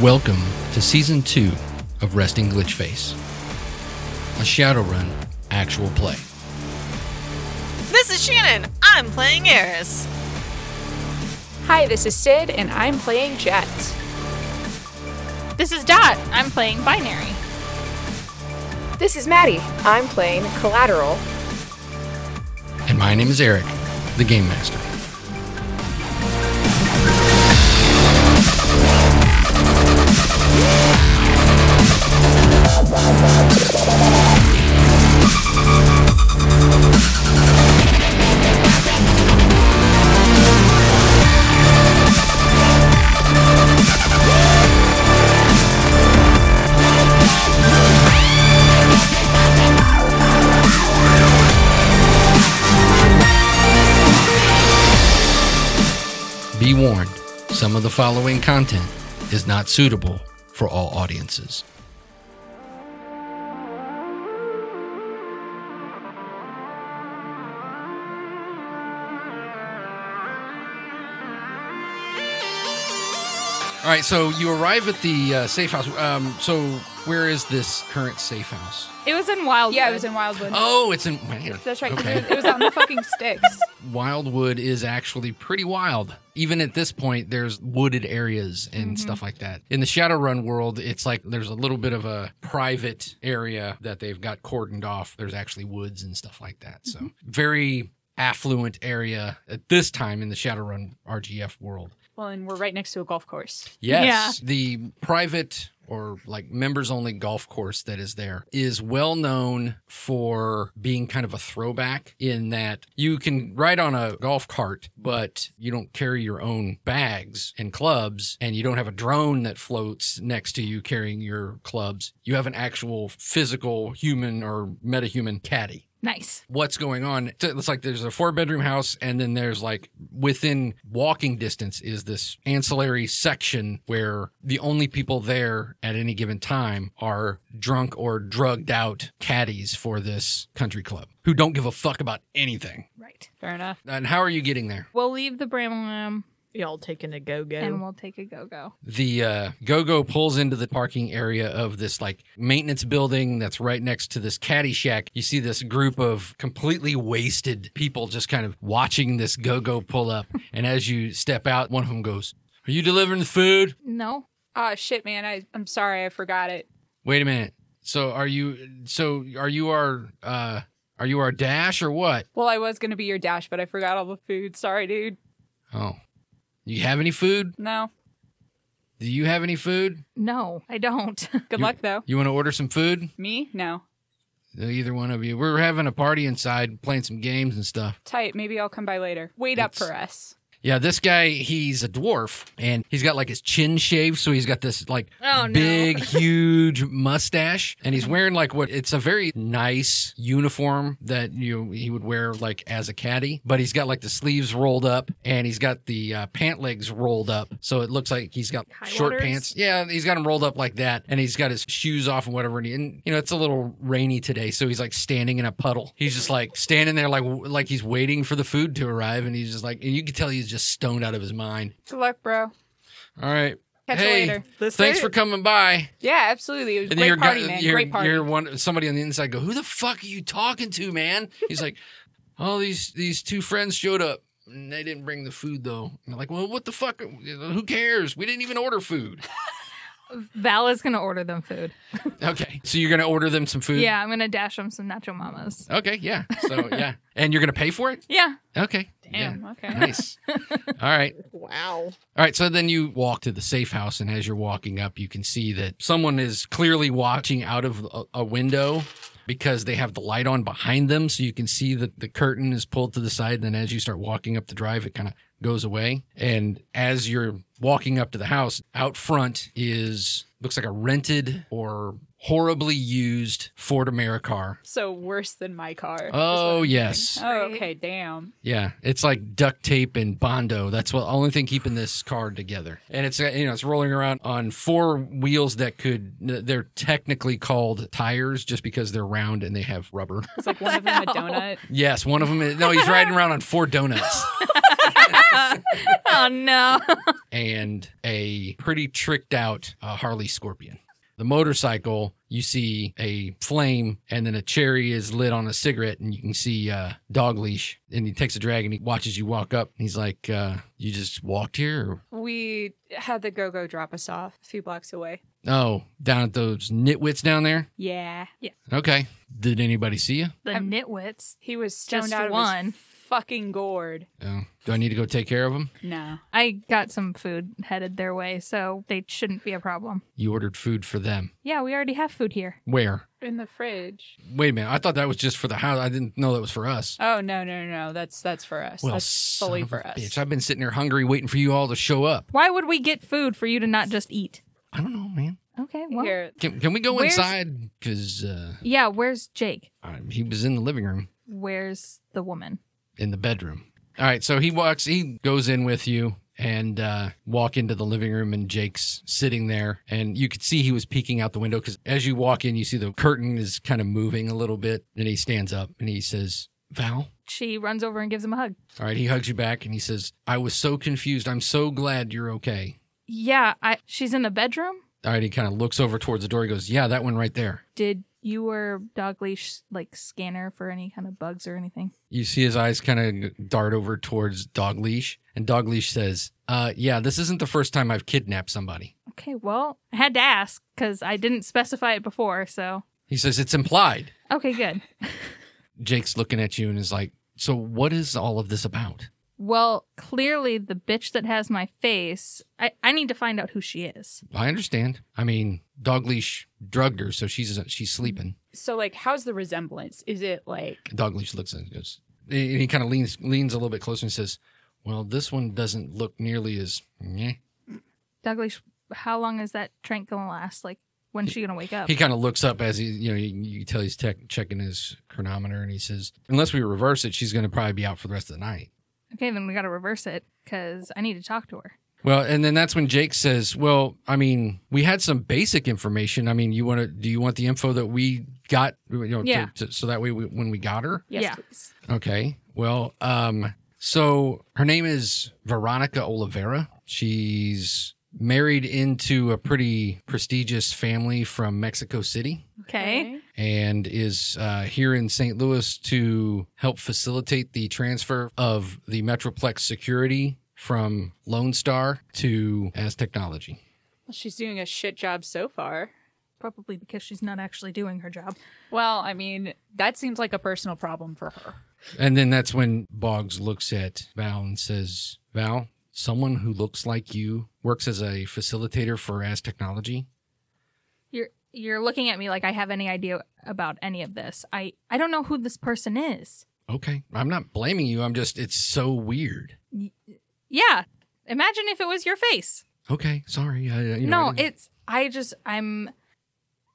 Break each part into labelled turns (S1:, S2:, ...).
S1: Welcome to Season 2 of Resting Glitch Face, a Shadowrun actual play.
S2: This is Shannon. I'm playing Eris.
S3: Hi, this is Sid, and I'm playing Jet.
S4: This is Dot. I'm playing binary.
S3: This is Maddie. I'm playing Collateral.
S1: And my name is Eric, the Game Master. Be warned, some of the following content is not suitable for all audiences. All right, so you arrive at the uh, safe house. Um, so, where is this current safe house?
S4: It was in Wild.
S3: Yeah, it was in Wildwood.
S1: Oh, it's in.
S3: That's right. 'cause
S1: Okay.
S3: It, was, it was out in the fucking sticks.
S1: Wildwood is actually pretty wild. Even at this point, there's wooded areas and stuff like that. In the Shadowrun world, it's like there's a little bit of a private area that they've got cordoned off. There's actually woods and stuff like that. So, very affluent area at this time in the Shadowrun RGF world.
S3: Well, and we're right next to a golf course.
S1: Yes. The private or like members only golf course that is there is well known for being kind of a throwback in that you can ride on a golf cart, but you don't carry your own bags and clubs, and you don't have a drone that floats next to you carrying your clubs. You have an actual physical human or metahuman caddy
S4: Nice.
S1: what's going on. T- It's like there's a four bedroom house, and then there's like within walking distance is this ancillary section where the only people there at any given time are drunk or drugged out caddies for this country club who don't give a fuck about anything.
S4: Right. Fair enough.
S1: And how are you getting there?
S4: We'll leave the Bramlam
S2: Y'all taking a go
S4: and
S2: go.
S4: we'll take a go go.
S1: the uh, go-go pulls into the parking area of this like maintenance building that's right next to this caddy shack you see this group of completely wasted people just kind of watching this go-go pull up and as you step out one of them goes are you delivering the food
S4: No.
S3: Ah, shit, man. I, I'm sorry. I forgot it.
S1: wait a minute so are you so are you our uh are you our dash or what
S3: Well, I was going to be your dash, but I forgot all the food. Sorry, dude.
S1: oh you have any food
S3: No.
S1: do you have any food
S4: No, I don't.
S3: Good
S1: You-
S3: luck, though.
S1: you want to order some food
S3: Me? No.
S1: either one of you we're having a party inside playing some games and stuff
S3: Tight. Maybe I'll come by later. Wait up
S1: It's-
S3: for us.
S1: Yeah, this guy, he's a dwarf and he's got like his chin shaved. So he's got this like
S4: Oh, no.
S1: big, huge mustache. And he's wearing like what it's a very nice uniform that you he would wear like as a caddy. But he's got like the sleeves rolled up and he's got the uh, pant legs rolled up. So it looks like he's got
S4: High
S1: short
S4: waters?
S1: pants. Yeah, he's got them rolled up like that, and he's got his shoes off and whatever. And, he- and, you know, it's a little rainy today, so he's like standing in a puddle. He's just like standing there, like like he's waiting for the food to arrive, and he's just like, and you can tell he's just stoned out of his mind.
S3: Good luck, bro.
S1: All right,
S3: Catch
S1: Hey,
S3: you later.
S2: Let's
S1: thanks
S2: do
S1: for
S2: it.
S1: coming by.
S3: Yeah, absolutely. It was a
S1: And
S3: great
S1: you're
S3: party,
S1: got-
S3: man.
S1: you're,
S3: Great party.
S1: you're one somebody on the inside go, who the fuck are you talking to, man? He's like, oh, these these two friends showed up. And they didn't bring the food though. And they're like, well, what the fuck? Who cares? We didn't even order food.
S4: Val is gonna order them food.
S1: Okay, so you're gonna order them some food.
S4: Yeah, I'm gonna dash them some nacho mamas.
S1: Okay, yeah. So yeah, and you're gonna pay for it.
S4: Yeah.
S1: Okay.
S3: Damn.
S1: Yeah.
S3: Okay.
S1: Nice. All right.
S2: Wow.
S1: All right. So then you walk to the safe house, and as you're walking up, you can see that someone is clearly watching out of a, a window because they have the light on behind them. So you can see that the curtain is pulled to the side. And then as you start walking up the drive, it kind of goes away. And as you're walking up to the house, out front is looks like a rented or horribly used Ford Americar.
S3: So worse than my car.
S1: Oh, yes.
S3: Oh, okay. Damn.
S1: Yeah, it's like duct tape and bondo. That's what only thing keeping this car together. And it's uh, you know it's rolling around on four wheels that could they're technically called tires just because they're round and they have rubber.
S3: It's like one of them a donut.
S1: Yes, one of them. Is, no, he's riding around on four donuts.
S4: oh no.
S1: and a pretty tricked out uh, Harley Scorpion. The motorcycle, you see a flame, and then a cherry is lit on a cigarette, and you can see uh, dog leash. And he takes a drag and he watches you walk up. He's like, uh, "You just walked here?
S5: We had the go go drop us off a few blocks away.
S1: Or, oh, down at those nitwits down there?
S5: Yeah.
S4: Yeah.
S1: Okay. Did anybody see you?
S4: The
S5: I'm-
S4: nitwits.
S5: He was
S4: Stoned
S5: stoned
S4: out
S5: out
S4: of
S5: of
S4: one.
S5: his fucking gourd.
S1: Oh, do I need to go take care of them?
S5: No.
S4: I got some food headed their way, so they shouldn't be a problem.
S1: You ordered food for them.
S4: Yeah, we already have food here.
S1: Where?
S5: In the fridge.
S1: Wait a minute. I thought that was just for the house. I didn't know that was for us.
S5: Oh no, no, no, no. That's that's for us.
S1: Well,
S5: that's fully
S1: son of a
S5: for us.
S1: Bitch, I've been sitting here hungry, waiting for you all to show up.
S4: Why would we get food for you to not just eat?
S1: I don't know, man.
S4: Okay, well.
S5: Here.
S1: Can, can we go
S4: Where's-
S1: inside? Because uh,
S4: Yeah, where's Jake?
S1: I- he was in the living room,
S4: Where's the woman?
S1: in the bedroom. All right, so he walks, he goes in with you and uh, walk into the living room, and Jake's sitting there, and you could see he was peeking out the window because as you walk in, you see the curtain is kind of moving a little bit, and he stands up and he says, "Val."
S4: She runs over and gives him a hug.
S1: All right, he hugs you back and he says, "I was so confused. I'm so glad you're okay."
S4: Yeah, I she's in the bedroom?
S1: All right, he kind of looks over towards the door. He goes, "Yeah, that one right there."
S4: Did you or dog leash like scanner for any kind of bugs or anything?
S1: You see his eyes kind of dart over towards Dog Leash, and Dog Leash says, uh, "Yeah, this isn't the first time I've kidnapped somebody."
S4: Okay, well, I had to ask because I didn't specify it before, so
S1: He says, "It's implied."
S4: okay, good.
S1: Jake's looking at you and is like, "So what is all of this about?"
S4: Well, clearly the bitch that has my face, I, I need to find out who she is.
S1: I understand. I mean, Dog Leash drugged her, so she's she's sleeping.
S5: So like how's the resemblance? Is it like
S1: Dog Leash looks at him and goes, and he kind of leans leans a little bit closer and says, "Well, this one doesn't look nearly as." meh."
S4: Douglas, how long is that trank gonna last? Like, when's she gonna wake up?
S1: He kind of looks up as he, you know, you, you can tell he's tech checking his chronometer, and he says, "Unless we reverse it, she's going to probably be out for the rest of the night."
S4: Okay, then we gotta reverse it because I need to talk to her.
S1: Well, and then that's when Jake says, "Well, I mean, we had some basic information. I mean, you want to? Do you want the info that we got? You know, to-
S4: Yeah.
S1: to- so that way, we, when we got her,
S5: yes
S4: Yeah.
S5: please.
S1: okay. Well, um, so her name is Veronica Oliveira. She's married into a pretty prestigious family from Mexico City."
S4: Okay.
S1: and is uh, here in St. Louis to help facilitate the transfer of the Metroplex security from Lone Star to as technology.
S5: Well, she's doing a shit job so far.
S4: Probably because she's not actually doing her job.
S5: Well, I mean, that seems like a personal problem for her.
S1: And then that's when Boggs looks at Val and says, Val, someone who looks like you works as a facilitator for as technology.
S4: You're you're looking at me like I have any idea about any of this. I I don't know who this person is.
S1: Okay. I'm not blaming you. I'm just, it's so weird.
S4: Yeah. Imagine if it was your face.
S1: Okay. Sorry. I, you know, I
S4: no,
S1: didn't-
S4: it's I just I'm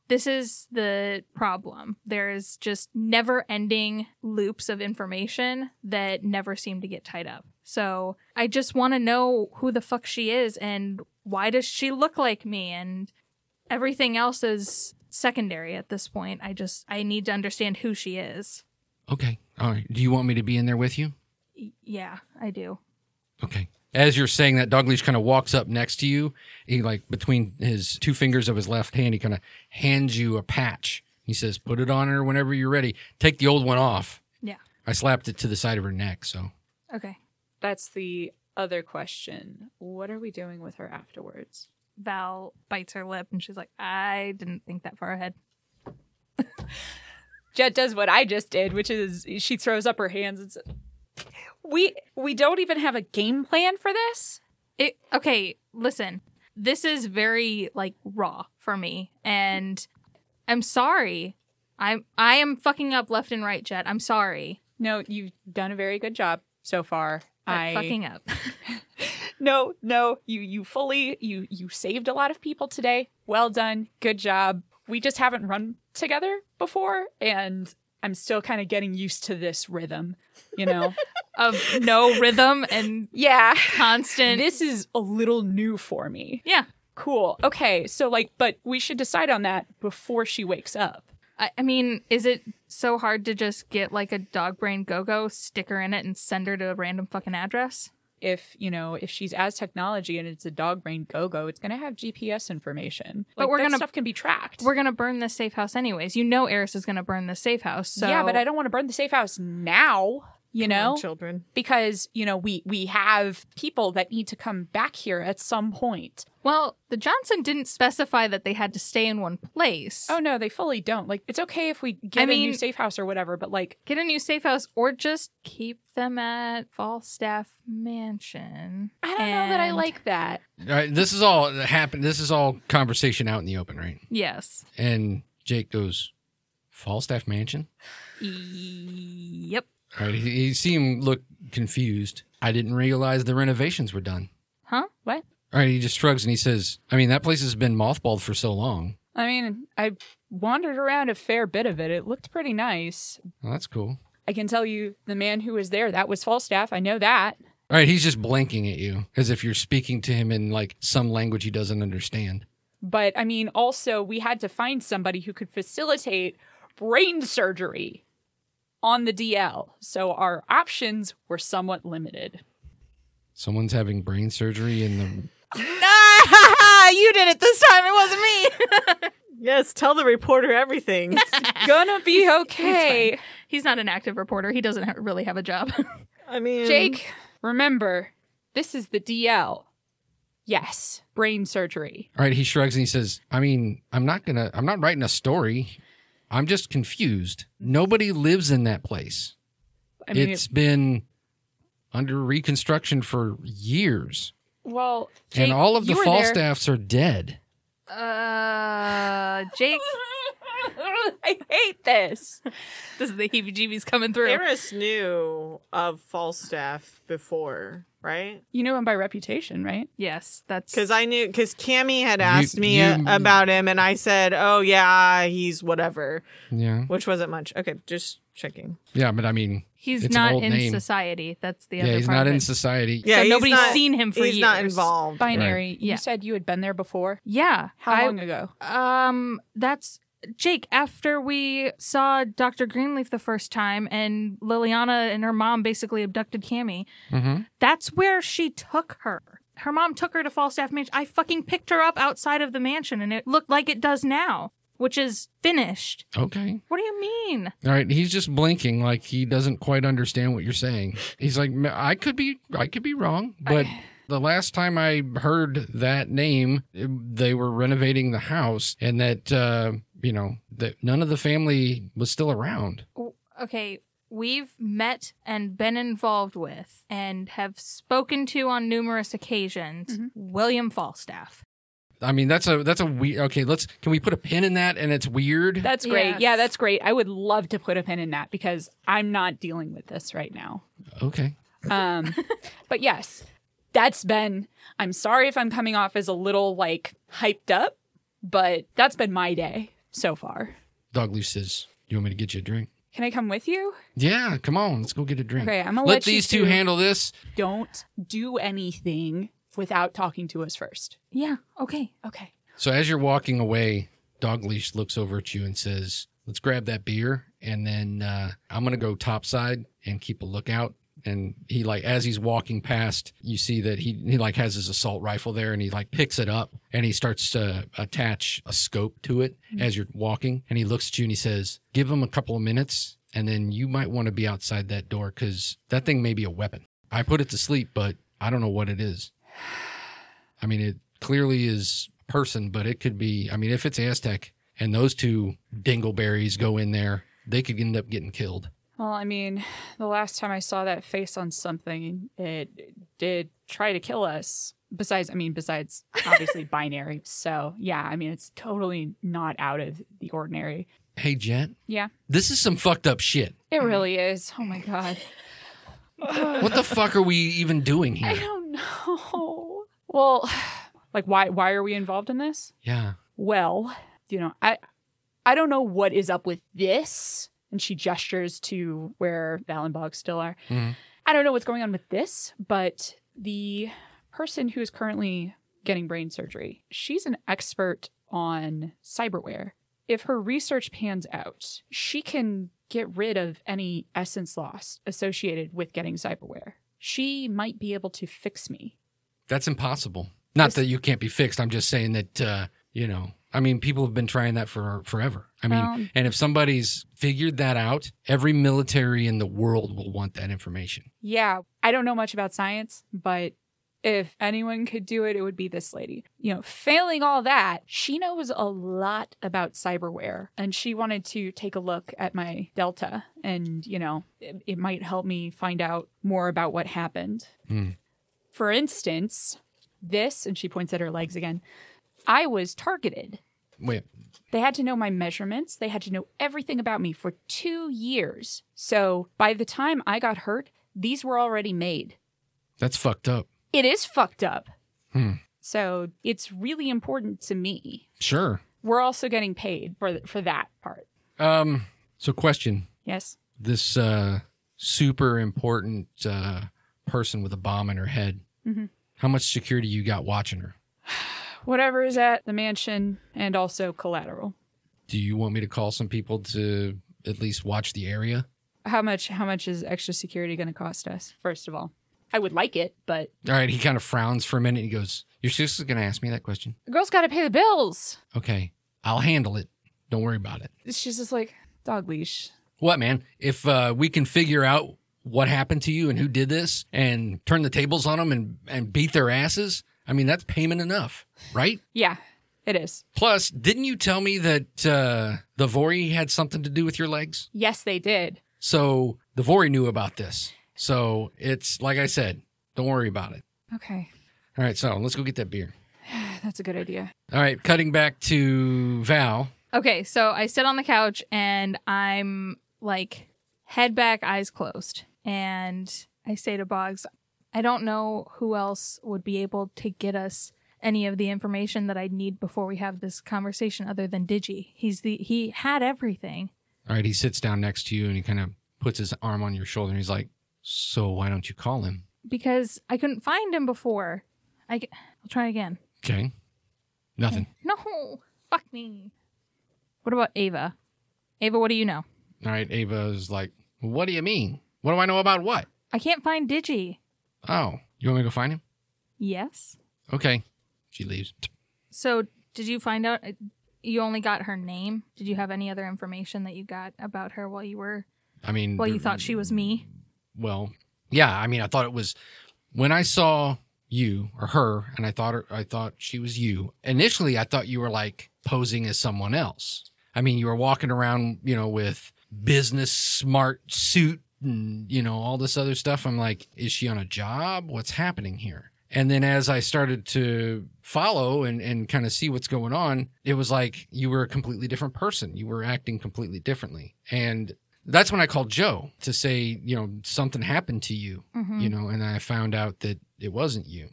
S4: this is the problem. There's just never ending loops of information that never seem to get tied up. So I just want to know who the fuck she is and why does she look like me and everything else is secondary at this point. I just I need to understand who she is.
S1: okay. All right. Do you want me to be in there with you?
S4: Y- yeah, I do.
S1: Okay. As you're saying that, Dog Leash kind of walks up next to you. He like between his two fingers of his left hand, he kind of hands you a patch. He says, "Put it on her whenever you're ready. Take the old one off."
S4: Yeah.
S1: I slapped it to the side of her neck. So
S4: Okay.
S5: That's the other question. What are we doing with her afterwards?
S4: Val bites her lip and she's like, "I didn't think that far ahead."
S5: Jet does what I just did, which is she throws up her hands and says, "We we don't even have a game plan for this."
S4: it okay listen this is very like raw for me and i'm sorry i'm i am fucking up left and right jet i'm sorry
S5: No, you've done a very good job so far.
S4: i fucking up
S5: No, no, you you fully you you saved a lot of people today. Well done. Good job. We just haven't run together before and I'm still kind of getting used to this rhythm, you know.
S4: of no rhythm and
S5: yeah.
S4: constant
S5: This is a little new for me.
S4: yeah
S5: Cool. Okay. So like but we should decide on that before she wakes up.
S4: I, I mean is it so hard to just get like a dog brain go-go sticker in it and send her to a random fucking address
S5: if you know if she's as technology and it's a dog brained go go, it's going to have GPS information.
S4: But
S5: Like,
S4: we're
S5: that
S4: gonna-
S5: stuff can be tracked.
S4: We're gonna burn this safe house anyways. You know, Eris is gonna burn this safe house. So
S5: yeah, but I don't want to burn the safe house now. You know,
S2: children.
S5: because you know we we have people that need to come back here at some point.
S4: Well, the Johnson didn't specify that they had to stay in one place.
S5: Oh no, they fully don't. Like it's okay if we get a
S4: mean-
S5: new safe house or whatever, but like
S4: Get a new safe house, or just keep them at Falstaff Mansion.
S5: I don't know that I
S4: And-
S5: like that.
S1: All right, this is all that happened. This is all conversation out in the open, right?
S4: Yes.
S1: And Jake goes, Falstaff Mansion?
S4: Yep.
S1: All right, he, he seemed look confused. I didn't realize the renovations were done.
S4: Huh?
S5: What?
S1: All right, he just shrugs and he says, I mean, that place has been mothballed for so long.
S5: I mean, I wandered around a fair bit of it. It looked pretty nice.
S1: Well, that's cool.
S5: I can tell you the man who was there, that was Falstaff. I know that.
S1: All right, he's just blinking at you as if you're speaking to him in like some language he doesn't understand.
S5: But I mean, also, we had to find somebody who could facilitate brain surgery on the DL. So our options were somewhat limited.
S1: Someone's having brain surgery in the
S2: you did it this time. It wasn't me. yes, tell the reporter everything.
S5: Gonna be okay.
S4: He's not an active reporter. He doesn't ha- really have a job.
S2: I
S4: Um,
S2: mean,
S5: Jake, remember, this is the DL. Yes, brain surgery.
S1: All right, he shrugs and he says, I mean, I'm not going to, I'm not writing a story. I'm just confused. Nobody lives in that place.
S5: I
S1: It's
S5: mean, it-
S1: been under reconstruction for years.
S5: well, Jake,
S1: and all of the
S5: you were there.
S1: Falstaffs are dead.
S4: Uh, Jake,
S5: I hate this.
S4: this is the heebie-jeebies coming through.
S2: Eris knew of Falstaff before, right?
S5: You know him by reputation, right?
S4: yes, that's
S2: Because I knew because Cammy had asked me
S1: you-
S2: a- about him, and I said, "Oh yeah, he's whatever,"
S1: Yeah.
S2: which wasn't much. Okay, just checking.
S1: Yeah, but I mean,
S4: he's
S1: it's an
S4: not
S1: old
S4: in
S1: name.
S4: society. That's the other
S1: yeah, he's
S4: part.
S1: not
S4: of
S1: in
S4: it.
S1: society.
S2: Yeah,
S4: so
S2: he's
S4: nobody's
S2: not-
S4: seen him for
S2: he's
S4: years.
S2: not involved.
S5: Binary. You
S4: Yeah.
S5: said you had been there before.
S4: Yeah.
S5: How
S4: I-
S5: long ago?
S4: Um, that's Jake. After we saw Dr. Greenleaf the first time, and Liliana and her mom basically abducted Cammy,
S1: Mm-hmm.
S4: that's where she took her. Her mom took her to Falstaff Mansion. I fucking picked her up outside of the mansion, and it looked like it does now, which is finished.
S1: Okay.
S4: What do you mean?
S1: All right. He's just blinking like he doesn't quite understand what you're saying. He's like, "Ma- I could be, I could be wrong, but the last time I heard that name, they were renovating the house, and that uh, you know that none of the family was still around.
S4: w- okay, we've met and been involved with and have spoken to on numerous occasions William Falstaff.
S1: I mean, that's a that's a weird. Okay, let's can we put a pin in that? And it's weird.
S5: That's great.
S4: Yes.
S5: Yeah, that's great. I would love to put a pin in that because I'm not dealing with this right now.
S1: okay.
S5: Um, but yes, that's been. I'm sorry if I'm coming off as a little like hyped up, but that's been my day so far.
S1: Dog Loose says, "You want me to get you a drink?
S5: Can I come with you?
S1: Yeah, come on, let's go get a drink.
S5: Okay, I'm gonna
S1: let,
S5: let you
S1: these two
S5: two-
S1: handle this.
S5: Don't do anything without talking to us first.
S4: Yeah, okay.
S5: Okay.
S1: So as you're walking away, Dog Leash looks over at you and says, "Let's grab that beer, and then uh, I'm gonna go topside and keep a lookout." And he like as he's walking past, you see that he he like has his assault rifle there, and he like picks it up and he starts to attach a scope to it as you're walking. And he looks at you and he says, "Give him a couple of minutes, and then you might want to be outside that door because that thing may be a weapon. I put it to sleep, but I don't know what it is." I mean, it clearly is a person, but it could be. I mean, if it's Aztec and those two dingleberries go in there, they could end up getting killed.
S5: Well, I mean, the last time I saw that face on something, it did try to kill us. Besides, I mean, besides obviously binary. So, yeah, I mean, it's totally not out of the ordinary.
S1: Hey, Jet.
S5: Yeah.
S1: This is some fucked up shit.
S5: It really is. Oh my God.
S1: What the fuck are we even doing
S5: I
S1: here?
S5: don't know. Well, like why why are we involved in this?
S1: Yeah.
S5: Well, you know, I I don't know what is up with this. And she gestures to where Val and Bog still are.
S1: Mhm.
S5: I don't know what's going on with this, but the person who is currently getting brain surgery, she's an expert on cyberware. If her research pans out, she can get rid of any essence loss associated with getting cyberware. she might be able to fix me.
S1: That's impossible. Not that you can't be fixed. I'm just saying that uh, you know. I mean, people have been trying that for forever. I mean,
S5: Well-
S1: and if somebody's figured that out, every military in the world will want that information.
S5: Yeah, I don't know much about science, but if anyone could do it, it would be this lady. You know, failing all that, she knows a lot about cyberware and she wanted to take a look at my Delta and, you know, it, it might help me find out more about what happened.
S1: Hmm.
S5: For instance, this, and she points at her legs again, I was targeted.
S1: Wait,
S5: They had to know my measurements. They had to know everything about me for two years. So by the time I got hurt, these were already made.
S1: that's fucked up.
S5: It is fucked up.
S1: Hmm.
S5: So it's really important to me.
S1: Sure.
S5: We're also getting paid for th- for that part.
S1: Um. So, question:
S5: Yes.
S1: this uh, super important uh, person with a bomb in her head.
S5: Mhm.
S1: How much security you got watching her?
S5: Whatever is at the mansion and also collateral.
S1: Do you want me to call some people to at least watch the area?
S5: How much how much is extra security going to cost us? First of all, I would like it, but
S1: All right. He kind of frowns for a minute. He goes, "Your sister's gonna ask me that question."
S5: the girl's got to pay the bills.
S1: Okay, I'll handle it. Don't worry about it.
S5: She's just like dog leash.
S1: What, man? If uh, we can figure out what happened to you and who did this, and turn the tables on them and and beat their asses, I mean that's payment enough, right?
S5: Yeah, it is.
S1: Plus, didn't you tell me that uh, the Vori had something to do with your legs?
S5: Yes, they did.
S1: So the Vori knew about this. So it's like I said, don't worry about it.
S5: Okay,
S1: All right, so let's go get that beer.
S5: that's a good idea.
S1: All right, cutting back to Val.
S4: Okay, so I sit on the couch and I'm like head back, eyes closed. And I say to Boggs, I don't know who else would be able to get us any of the information that I'd need before we have this conversation other than Digi. He's the he had everything.
S1: All right, he sits down next to you and he kind of puts his arm on your shoulder and he's like, "So why don't you call him?"
S4: Because I couldn't find him before. I, c- I'll try again.
S1: Okay. Nothing.
S4: No, fuck me. What about Ava? Ava, what do you know?
S1: All right, Ava's like, "What do you mean? What do I know about what?"
S4: I can't find Digi.
S1: Oh, you want me to go find him?
S4: Yes.
S1: Okay. She leaves.
S4: So, did you find out uh, you only got her name? Did you have any other information that you got about her while you were
S1: I mean,
S4: while you
S1: there-
S4: thought she was me?
S1: well yeah i mean i thought it was when i saw you or her and i thought her, i thought she was you initially i thought you were like posing as someone else i mean you were walking around you know with business smart suit and you know all this other stuff i'm like is she on a job what's happening here and then as i started to follow and, and kind of see what's going on it was like you were a completely different person you were acting completely differently and that's when I called Joe to say, you know, something happened to you,
S4: Mhm.
S1: you know, and I found out that it wasn't you.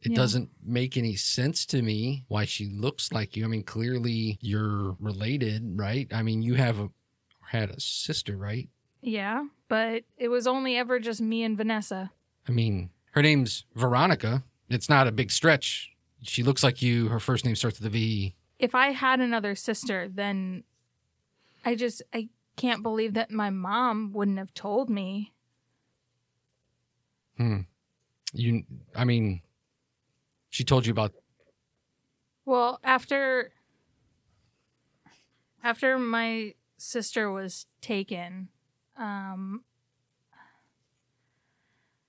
S1: It
S4: Yeah.
S1: doesn't make any sense to me why she looks like you. I mean, clearly you're related, right? I mean, you have a had a sister, right?
S4: Yeah, but it was only ever just me and Vanessa.
S1: I mean, her name's Veronica. It's not a big stretch. She looks like you. Her first name starts with a V.
S4: If I had another sister, then I just I can't believe that my mom wouldn't have told me.
S1: You, I mean, she told you about.
S4: Well, after after my sister was taken, um,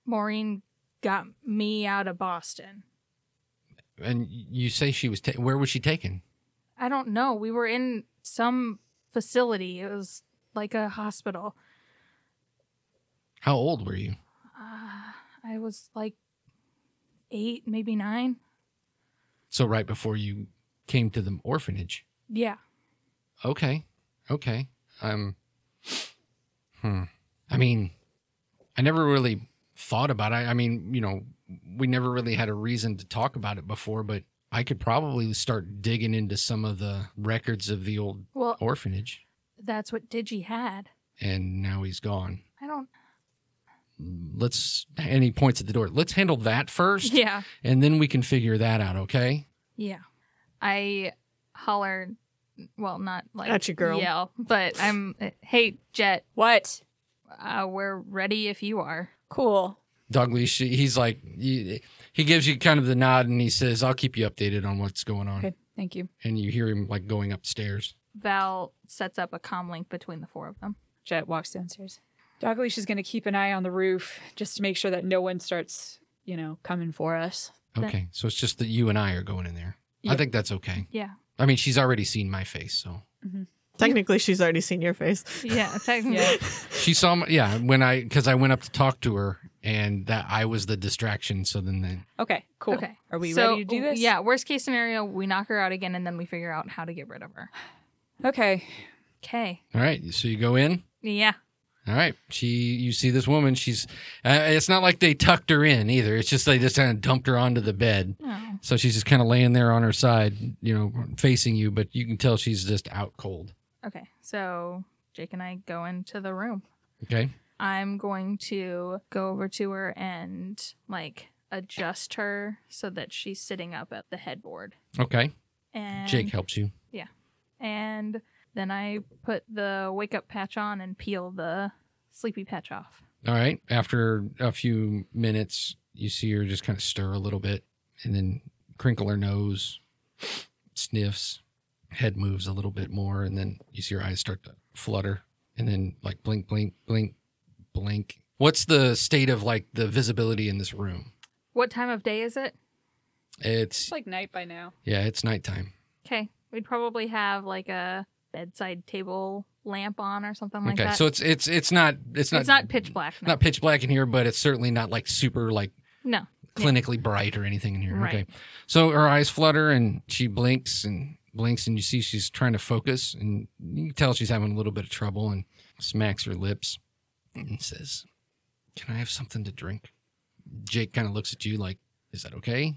S4: Maureen got me out of Boston.
S1: And you say she was. Ta- where was she taken?
S4: I don't know. We were in some facility. It was like a hospital.
S1: How old were you?
S4: Uh, I was like eight, maybe nine.
S1: So right before you came to the orphanage.
S4: Yeah.
S1: Okay. Okay. Um Hmm. I mean, I never really thought about it. I mean, you know, we never really had a reason to talk about it before, but I could probably start digging into some of the records of the old
S4: Well,
S1: orphanage
S4: that's what Digi had.
S1: and now he's gone.
S4: I don't.
S1: Let's and he points at the door. Let's handle that first
S4: Yeah.
S1: and then we can figure that out, okay?
S4: Yeah. I holler, well, not like
S2: At you, girl.
S4: yell, but I'm, hey, Jet,
S5: What?
S4: uh, we're ready if you are.
S5: Cool.
S1: Doug Leash, he's like, he, he gives you kind of the nod and he says, I'll keep you updated on what's going on.
S5: Okay, thank you.
S1: And you hear him like going upstairs.
S4: Val sets up a comm link between the four of them.
S5: Jet walks downstairs. Dogleash is going to keep an eye on the roof just to make sure that no one starts, you know, coming for us.
S4: But-
S1: Okay. So it's just that you and I are going in there. I
S5: Yeah.
S1: think that's okay.
S4: Yeah.
S1: I mean, she's already seen my face. So
S2: Technically, she's already seen your face.
S4: Yeah. Technically.
S5: Yeah.
S1: she saw my, yeah, when I, because I went up to talk to her and that I was the distraction. So then they,
S5: Okay, oh, cool.
S4: Okay.
S5: Are we
S4: So,
S5: ready to do this?
S4: Yeah. Worst case scenario, we knock her out again and then we figure out how to get rid of her.
S5: Okay.
S4: Okay.
S1: all right. So you go in.
S4: Yeah.
S1: All right. She, you see this woman. She's, uh, it's not like they tucked her in either. It's just they just kind of dumped her onto the bed.
S4: Oh.
S1: So she's just kind of laying there on her side, you know, facing you, but you can tell she's just out cold.
S4: Okay. So Jake and I go into the room.
S1: Okay.
S4: I'm going to go over to her and like adjust her so that she's sitting up at the headboard.
S1: Okay.
S4: And
S1: Jake helps you.
S4: and then I put the wake up patch on and peel the sleepy patch off.
S1: All right. After a few minutes, you see her just kind of stir a little bit and then crinkle her nose, sniffs, head moves a little bit more, and then you see her eyes start to flutter and then like blink, blink, blink, blink. What's the state of like the visibility in this room?
S4: What time of day is it?
S1: It's
S5: It's like night by now.
S1: yeah, it's nighttime.
S4: Okay, we'd probably have like a bedside table lamp on or something like
S1: Okay.
S4: that.
S1: So it's it's it's not it's not
S4: Oh it's not pitch black. No.
S1: not pitch black in here, but it's certainly not like super like
S4: no.
S1: clinically bright or anything in here.
S4: Right.
S1: Okay. So her eyes flutter and she blinks and blinks and you see she's trying to focus and you can tell she's having a little bit of trouble and smacks her lips and says, "Can I have something to drink?" Jake kind of looks at you like, "Is that okay?"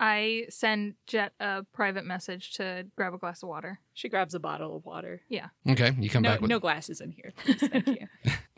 S4: I send Jet a private message to grab a glass of water.
S5: She grabs a bottle of water.
S1: Okay, you come
S5: no,
S1: back with
S5: no glasses in here. Please. Thank you.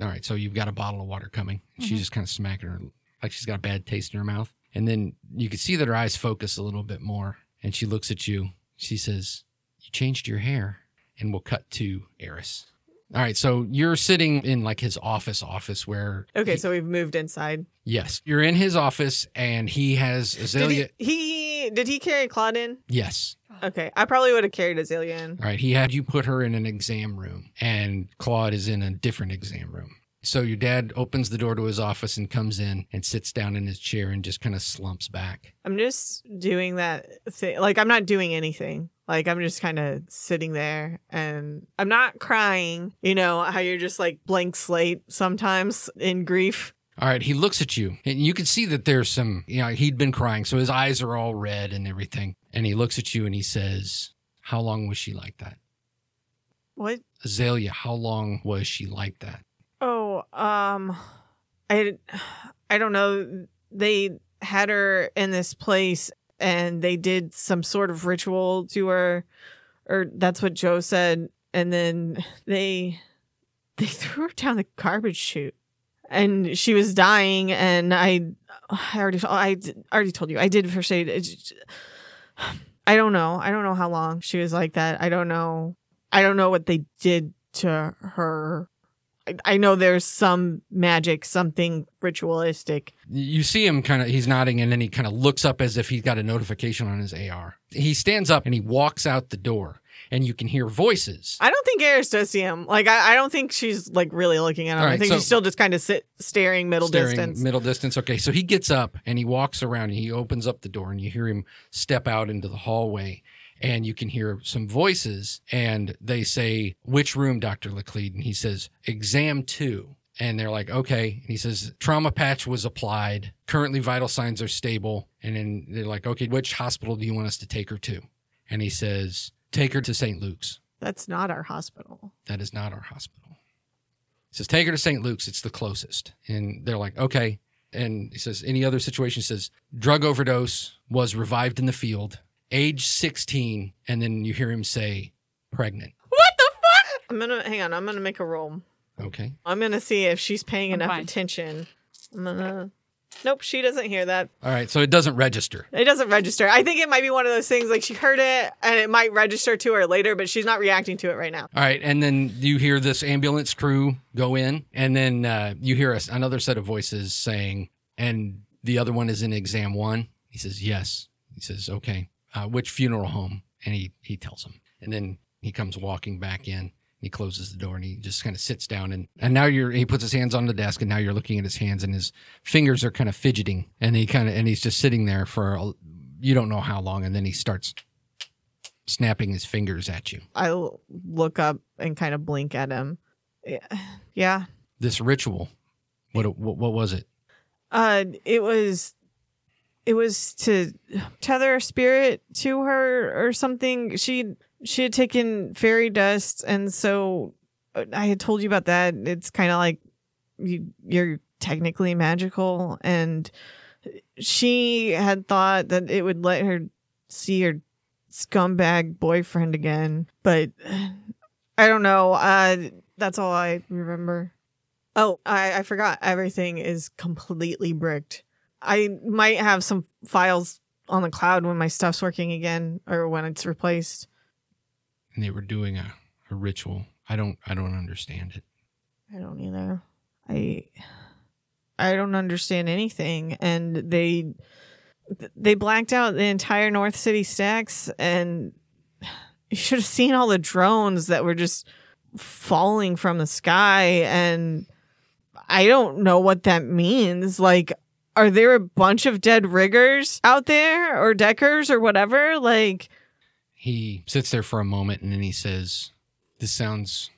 S1: All right, so you've got a bottle of water coming.
S2: Mm-hmm.
S1: She's just kind of smacking her, like she's got a bad taste in her mouth. And then you can see that her eyes focus a little bit more. And she looks at you. She says, You changed your hair. And we'll cut to Eris. All right, so you're sitting in like his office, office where.
S2: Okay,
S1: he-
S2: so we've moved inside.
S1: Yes, you're in his office and he has
S2: Did
S1: Azalea.
S2: he, he did he carry Claude in?
S1: yes.
S4: Oh.
S2: Okay, I probably would have carried Azalea in.
S1: All right. He had you put her in an exam room, and Claude is in a different exam room. So your dad opens the door to his office and comes in and sits down in his chair and just kind of slumps back.
S2: I'm just doing that thing. Like I'm not doing anything. Like I'm just kind of sitting there and I'm not crying. You know how you're just like blank slate sometimes in grief.
S1: All right, he looks at you, and you can see that there's some, you know, he'd been crying, so his eyes are all red and everything. And he looks at you and he says, How long was she like that?
S2: What?
S1: Azalea, how long was she like that?
S2: Oh, um I I don't know. They had her in this place and they did some sort of ritual to her or that's what Joe said and then they they threw her down the garbage chute and she was dying and I I already I d- already told you. I did first aid. It's just- I don't know. I don't know how long she was like that. I don't know. I don't know what they did to her. I, I know there's some magic, something ritualistic.
S1: You see him kind of, he's nodding and then he kind of looks up as if he's got a notification on his AR. He stands up and he walks out the door, and you can hear voices.
S2: I don't think Eris does see him. Like I, I don't think she's like really looking at him.
S1: All
S2: I
S1: right,
S2: think
S1: so-
S2: she's still just kind of sit staring middle
S1: Staring
S2: distance.
S1: Middle distance. Okay. So he gets up and he walks around and he opens up the door and you hear him step out into the hallway and you can hear some voices and they say, Which room, Dr. Laclede? And he says, Exam two. And they're like, okay. And he says, trauma patch was applied. Currently, vital signs are stable. And then they're like, okay, which hospital do you want us to take her to? And he says, take her to St. Luke's.
S2: That's not our hospital.
S1: That is not our hospital. He says, take her to St. Luke's. It's the closest. And they're like, okay. And he says, any other situation? He says, drug overdose was revived in the field, age 16. And then you hear him say, pregnant.
S2: What the fuck? I'm gonna hang on. I'm gonna make a roll.
S1: Okay.
S2: I'm gonna see if she's paying
S5: I'm
S2: enough
S5: fine.
S2: attention. I'm gonna. Nope, she doesn't hear that.
S1: All right. So it doesn't register.
S2: It doesn't register. I think it might be one of those things like she heard it and it might register to her later, but she's not reacting to it right now.
S1: All right. And then you hear this ambulance crew go in. And then uh, you hear us another set of voices saying, And the other one is in exam one. He says, Yes. He says, Okay. Uh, which funeral home? And he, he tells him. And then he comes walking back in and he closes the door and he just kind of sits down. And, and now you're, he puts his hands on the desk and now you're looking at his hands and his fingers are kind of fidgeting. And he kind of, and he's just sitting there for a, you don't know how long. And then he starts snapping his fingers at you.
S2: I l- look up and kind of blink at him. Yeah. Yeah.
S1: This ritual, what, what, what was it?
S2: Uh, it was, it was to tether a spirit to her or something. She she had taken fairy dust, and so uh, I had told you about that. It's kind of like you you're technically magical, and she had thought that it would let her see her scumbag boyfriend again, but uh, I don't know. Uh, that's all I remember. Oh, I, I forgot. Everything is completely bricked. I might have some files on the cloud when my stuff's working again or when it's replaced.
S1: and they were doing a, a ritual. I don't I don't understand it.
S2: I don't either. I I don't understand anything and they they blacked out the entire North City stacks and you should have seen all the drones that were just falling from the sky and I don't know what that means. Like are there a bunch of dead riggers out there or deckers or whatever? Like
S1: He sits there for a moment and then he says, "This sounds."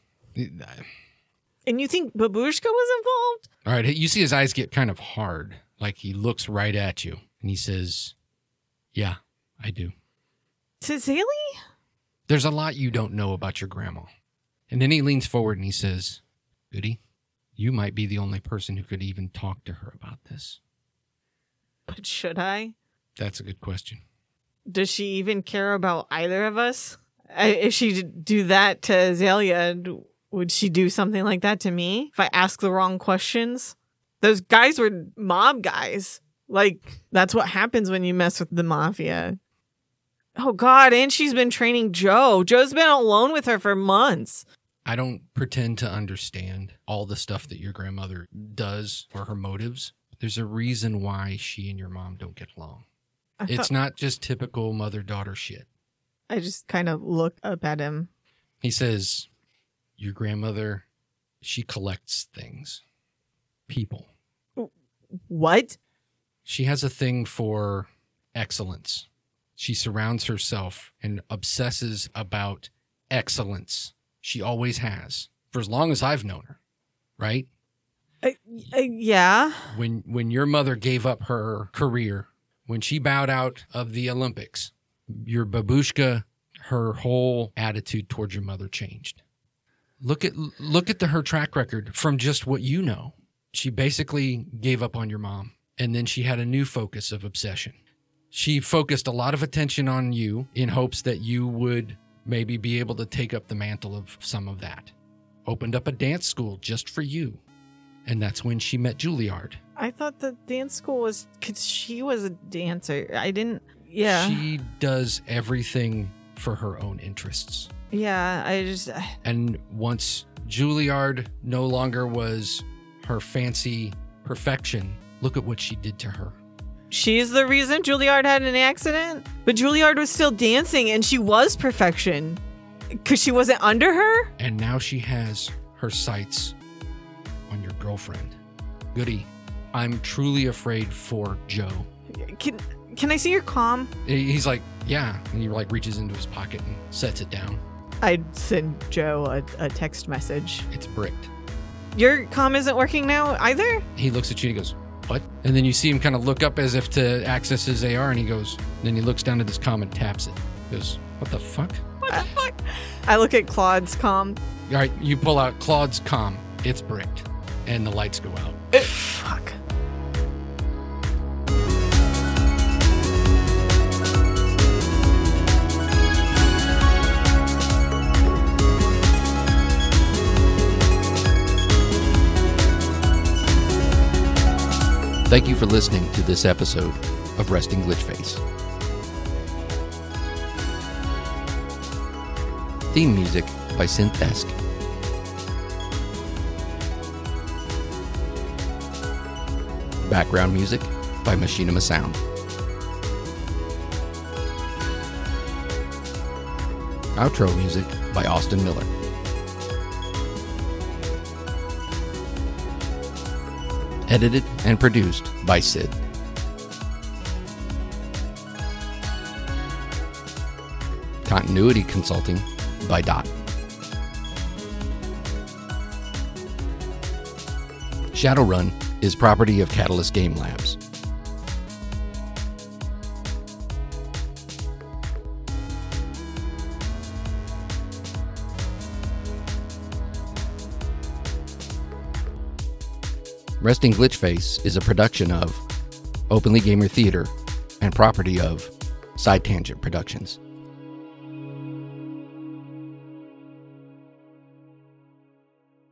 S2: and you think Babushka was involved?
S1: All right, you see his eyes get kind of hard, like he looks right at you, and he says, "Yeah, I do."
S2: Tizali?
S1: There's a lot you don't know about your grandma. And then he leans forward and he says, "Goody, you might be the only person who could even talk to her about this."
S2: But should I?
S1: That's a good question.
S2: does she even care about either of us? I, if she did do that to Azalea, d- would she do something like that to me? If I ask the wrong questions? Those guys were mob guys. Like, that's what happens when you mess with the mafia. Oh, God. And she's been training Joe. Joe's been alone with her for months.
S1: I don't pretend to understand all the stuff that your grandmother does or her motives. There's a reason why she and your mom don't get along.
S2: I,
S1: It's
S2: thought-
S1: not just typical mother daughter shit.
S2: I just kind of look up at him.
S1: He says, Your grandmother, she collects things, people.
S2: What?
S1: She has a thing for excellence. She surrounds herself and obsesses about excellence. She always has, for as long as I've known her, right?
S2: Uh, uh, yeah.
S1: when when your mother gave up her career, when she bowed out of the Olympics, your babushka, her whole attitude towards your mother changed. Look at look at the, her track record from just what you know. She basically gave up on your mom, and then she had a new focus of obsession. She focused a lot of attention on you in hopes that you would maybe be able to take up the mantle of some of that. Opened up a dance school just for you. And that's when she met Juilliard.
S2: I thought the dance school was because she was a dancer. I didn't. Yeah.
S1: She does everything for her own interests.
S2: Yeah, I just
S1: And once Juilliard no longer was her fancy perfection, look at what she did to her.
S2: she's the reason Juilliard had an accident, but Juilliard was still dancing and she was perfection cuz she wasn't under her?
S1: And now she has her sights on your girlfriend. Goody, I'm truly afraid for Joe.
S2: Can can I see your calm?
S1: He's like, yeah. And he like reaches into his pocket and sets it down.
S2: I'd send Joe a, a text message.
S1: It's bricked.
S2: Your calm isn't working now either?
S1: He looks at you and he goes, What? And then you see him kind of look up as if to access his AR and he goes, then he looks down at this comm and taps it. He goes, What the fuck?
S2: I look at Claude's calm.
S1: All right, you pull out Claude's comm. It's bricked. And the lights go out.
S2: Fuck.
S1: Thank you for listening to this episode of Resting Glitch Face. Theme music by Synthesk. Background music by Machinima Sound. Outro music by Austin Miller. Edited and produced by Sid. Continuity consulting by Dot. Shadowrun is property of Catalyst Game Labs. Resting Glitch Face is a production of Openly Gamer Theater and property of Side Tangent Productions.